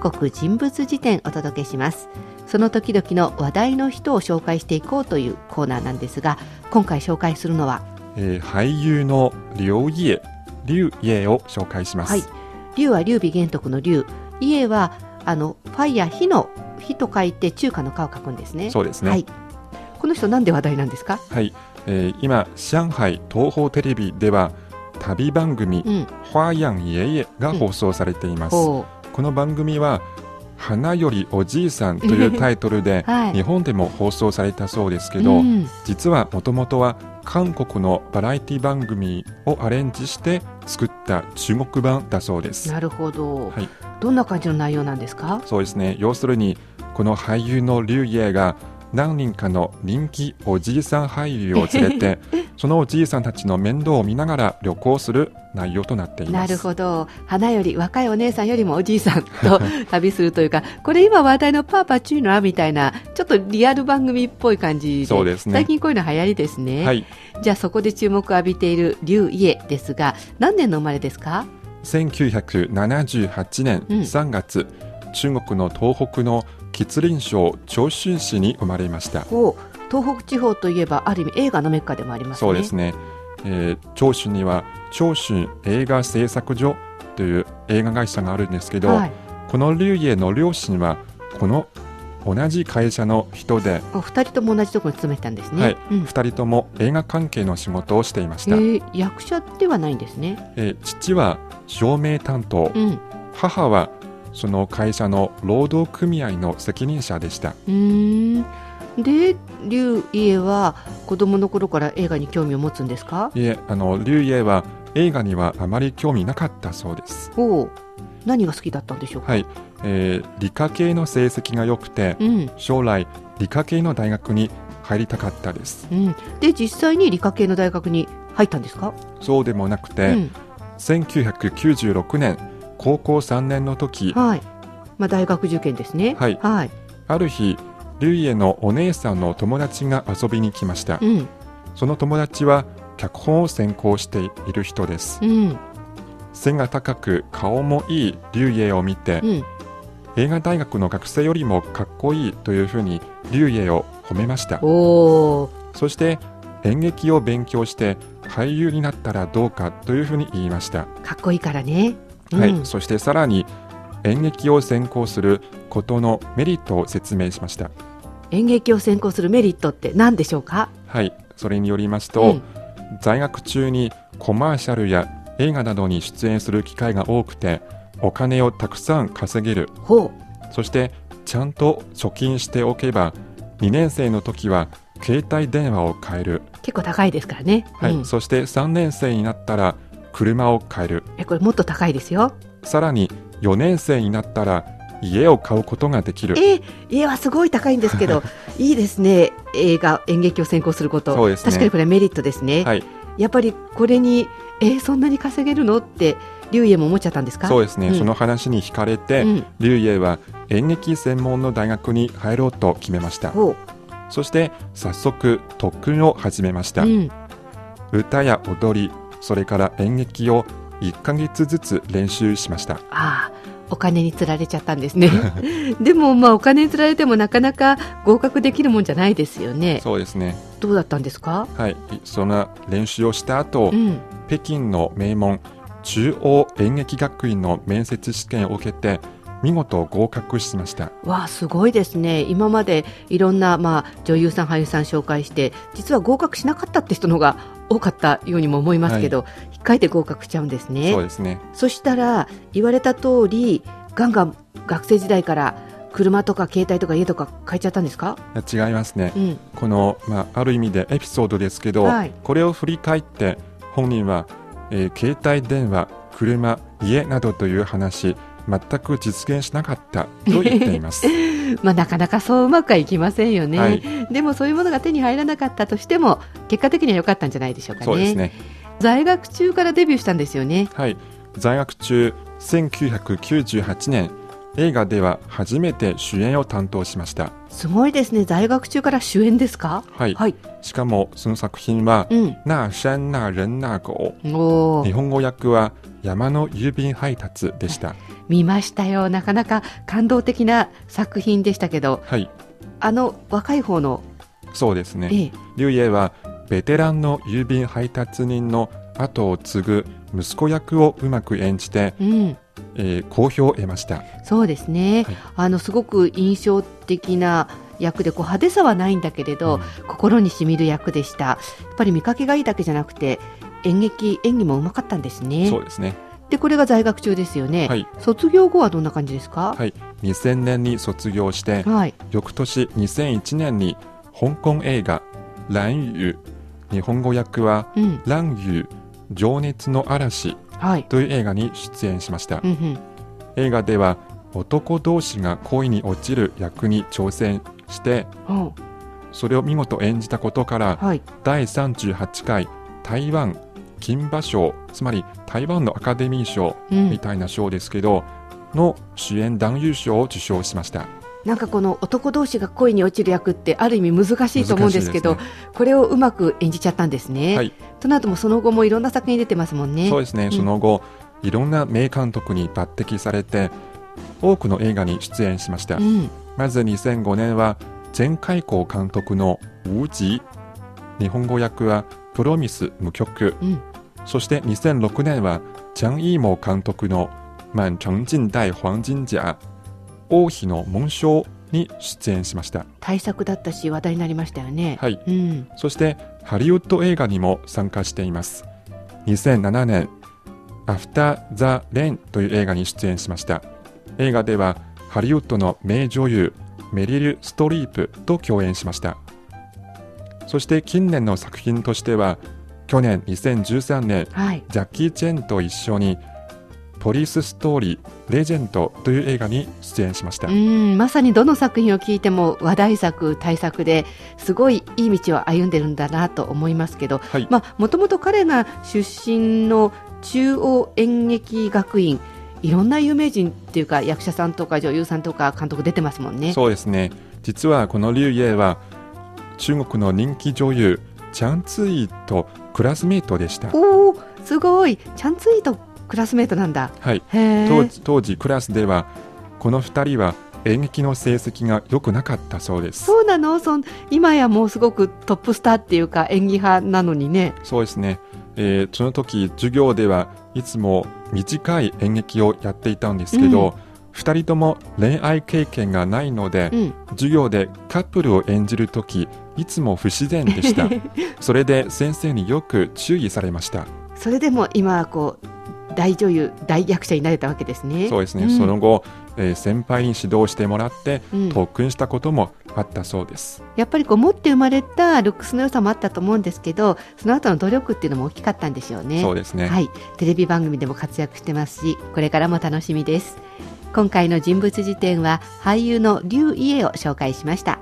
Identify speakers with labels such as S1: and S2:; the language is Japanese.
S1: 国人物辞典お届けしますその時々の話題の人を紹介していこうというコーナーなんですが今回紹介するのは
S2: えー俳優の劉烨劉烨を紹介します、
S1: はい龍は劉備玄徳の龍家はあのファイヤー火の火と書いて中華の火を書くんですね
S2: そうですね
S1: は
S2: はいい、
S1: この人なんで話題なんですか
S2: えー今上海東宝テレビでは旅番組
S1: うん
S2: 「花样爷々」が放送されています、
S1: ほ
S2: この番組は「花よりおじいさん」というタイトル で
S1: はい
S2: 日本でも放送されたそうですけ
S1: うう
S2: ど、
S1: ん
S2: 実はもともとは韓国のバラエティ番組をアレンジして作った中国版だそうです
S1: なるほど、
S2: はい
S1: どんな感じの内容なんですか
S2: そうですね要するにこの俳優の劉烨が何人かの人気おじいさん俳優を連れ てそのおじいさんたちの面倒を見ながら旅行する内容となってい
S1: な
S2: ます
S1: るほど花より若いお姉さんよりもおじいさん と旅するというかこれ今話題のパーパチューノアみたいなちょっとリアル番組っぽい感じで
S2: そうですね
S1: 最近こういうの流行りですね、
S2: はい
S1: じゃあそこで注目を浴びている劉烨ですが何年の生まれですか
S2: 1978年
S1: うん
S2: 3月、中国の東北の吉林省長春市に生まれました
S1: こう東北地方といえばある意味映画のメッカでもありますね
S2: そうです
S1: ね
S2: ね、えー長春には長春映画製作所という映画会社があるんですけど、
S1: はい、
S2: この劉烨の両親はこの同じ会社の人で
S1: お二人とも同じところに勤めてたんですね、
S2: はい
S1: うん
S2: 2人とも映画関係の仕事をしていました、
S1: えー役者ではないんですね、
S2: えー父は照明担当、
S1: うん、
S2: 母はその会社の労働組合の責任者でした
S1: うーんで劉家は子供の頃から映画に興味を持つんですか
S2: いえあの劉烨は映画にはあまり興味なかったそうです
S1: おう何が好きだったんでしょうか、
S2: はい、えー理科系の成績が良くて
S1: うん
S2: 将来理科系の大学に入りたかったです
S1: うん、で実際に理科系の大学に入ったんですか、
S2: そうでもなくて、
S1: うん
S2: 1996年高校3年の時
S1: はいまあ、大学受験ですね
S2: はい
S1: はい
S2: ある日ルイエのお姉さんの友達が遊びに来ました
S1: うん
S2: その友達は脚本を専攻している人です
S1: うん
S2: 背が高く顔もいいリュウエを見て、
S1: うん
S2: 映画大学の学生よりもかっこいいというふうにリュウエを褒めました
S1: おお
S2: そして演劇を勉強して俳優になったらどうかというふうに言いました、
S1: かっこいいからね、うん
S2: はい、そしてさらに演劇を専攻することのメリットを説明しました
S1: 演劇を専攻するメリットって何でしょうか
S2: はいそれによりますと、
S1: うん
S2: 在学中にコマーシャルや映画などに出演する機会が多くてお金をたくさん稼げる
S1: ほ
S2: そしてちゃんと貯金しておけば2年生の時は携帯電話を買える、
S1: う結構高いですからね、
S2: はい
S1: うん
S2: そして3年生になったら車を買える
S1: えこれもっと高いですよ
S2: さらに4年生になったら家を買うことができる
S1: えー、家はすごい高いんですけ どいいですね映画演劇を専攻すること
S2: そうですね
S1: 確かにこれはメリットですね、
S2: はい
S1: やっぱりこれにえー、そんなに稼げるのって龍烨も思っちゃったんですか
S2: そう
S1: う
S2: ですね、
S1: ん
S2: その話に惹かれて、
S1: うん
S2: 劉烨は演劇専門の大学に入ろうと決めました
S1: ほ
S2: そして早速特訓を始めまし
S1: う、
S2: た、
S1: うん、
S2: 歌や踊りそれから演劇を1ヶ月ずつ練習しました
S1: ああお金につられちゃったん ですねでもまあお金につられてもなかなか合格できるもんじゃないですよね
S2: そうですね
S1: どうだったんですか
S2: はいそんな練習をした後、
S1: うん
S2: 北京の名門中央演劇学院の面接試験を受けて見事合格しました
S1: わあすごいですね今までいろんな、まあ、女優さん俳優さん紹介して実は合格しなかったって人の方が多かったようにも思いますけど、引っかえて合格しちゃうんですね
S2: そう
S1: そ
S2: ですね
S1: したら言われた通りガンガン学生時代から車とか携帯とか家とか買えちゃったんですか、
S2: 違いますね
S1: うん、
S2: この、まあ、ある意味でエピソードですけど、
S1: はい
S2: これを振り返って本人は、えー携帯電話車家などという話全く実現しなかった と言っています、
S1: まあなかなかそううまくはいきませんよね、
S2: はい
S1: でもそういうものが手に入らなかったとしても結果的には良かったんじゃないでしょうか
S2: そうです
S1: ね
S2: ね
S1: 在学中からデビューしたんですよね
S2: はい在学中1998年映画では初めて主演を担当しました
S1: すごいですね在学中から主演ですか
S2: はい
S1: はい
S2: しかもその作品は
S1: うん
S2: 「なあシャンなあ人なあゴ
S1: お
S2: 日
S1: ー
S2: 本語訳は「山の郵便配達」でした
S1: 見ましたよなかなか感動的な作品でしたけど
S2: はい
S1: あの若い方の、
S2: そうですね
S1: ええ
S2: リュウイエはベテランの郵便配達人の後を継ぐ息子役をうまく演じて、
S1: うん
S2: えー好評を得ました
S1: そうですね、
S2: はい
S1: あのすごく印象的な役でこう派手さはないんだけれど、
S2: うん
S1: 心にしみる役でしたやっぱり見かけがいいだけじゃなくて演劇演技もうまかったんですね
S2: そうですね
S1: でこれが在学中ですよね、
S2: はい
S1: 卒業後はどんな感じですか
S2: はい2000年に卒業して
S1: はい、
S2: 翌年2001年に香港映画「乱遊」日本語訳は
S1: うん
S2: 「乱遊情熱の嵐
S1: はい」
S2: という映画に出演しました
S1: うんうん
S2: 映画では男同士が恋に落ちる役に挑戦して
S1: うん
S2: それを見事演じたことから
S1: はい
S2: 第38回台湾金馬賞つまり台湾のアカデミー賞
S1: うん
S2: みたいな賞ですけど、の主演男優賞を受賞しました
S1: なんかこの男同士が恋に落ちる役ってある意味難しいと思うんですけど
S2: 難しい
S1: これをうまく演じちゃったんですね、
S2: はい
S1: となるともうその後もいろんな作品に出てますもんね
S2: そうですね、その後いろんな名監督に抜擢されて多くの映画に出演しました、
S1: うん
S2: まず2005年は前開光監督の「ウージー」日本語訳は「プロミス無曲」
S1: うん
S2: そして2006年は、ジャン・イーモー監督の満城近代黄金甲、王妃の紋章に出演しました。
S1: 対策だったし話題になりましたよね、
S2: はい。
S1: うん
S2: そして、ハリウッド映画にも参加しています。2007年、アフター・ザ・レンという映画に出演しました。映画では、ハリウッドの名女優、メリル・ストリープと共演しました。そして近年の作品としては、去年2013年、
S1: はい
S2: ジャッキー・チェンと一緒にポリスストーリーレジェンドという映画に出演しました。
S1: うんまさにどの作品を聞いても話題作大作ですごいいい道を歩んでるんだなと思いますけど
S2: はい、
S1: まあもともと彼が出身の中央演劇学院いろんな有名人っていうか役者さんとか女優さんとか監督出てますもんね
S2: そうですね。実はこのリュウ・イエは中国の人気女優チャン・ツイとクラスメートでした。
S1: おおすごいちゃんついとクラスメートなんだ
S2: はい、
S1: へえ
S2: 当時当時クラスではこの2人は演劇の成績が良くなかったそうです。
S1: そうなのそん今やもうすごくトップスターっていうか演技派なのにね
S2: そうですね。えーその時授業ではいつも短い演劇をやっていたんですけど、2人とも恋愛経験がないので、
S1: うん
S2: 授業でカップルを演じるときいつも不自然 でしたそれで先生によく注意されました
S1: それでも今はこう大女優大役者になれたわけですね
S2: そうですね、
S1: ん
S2: その後、えー先輩に指導してもらって
S1: うん
S2: 特訓したこともあったそうです、
S1: やっぱりこう持って生まれたルックスの良さもあったと思うんですけどその後の努力っていうのも大きかったんでしょうね
S2: そうですね、
S1: はい、テレビ番組でも活躍してますしこれからも楽しみです今回の人物辞典は俳優の劉家を紹介しました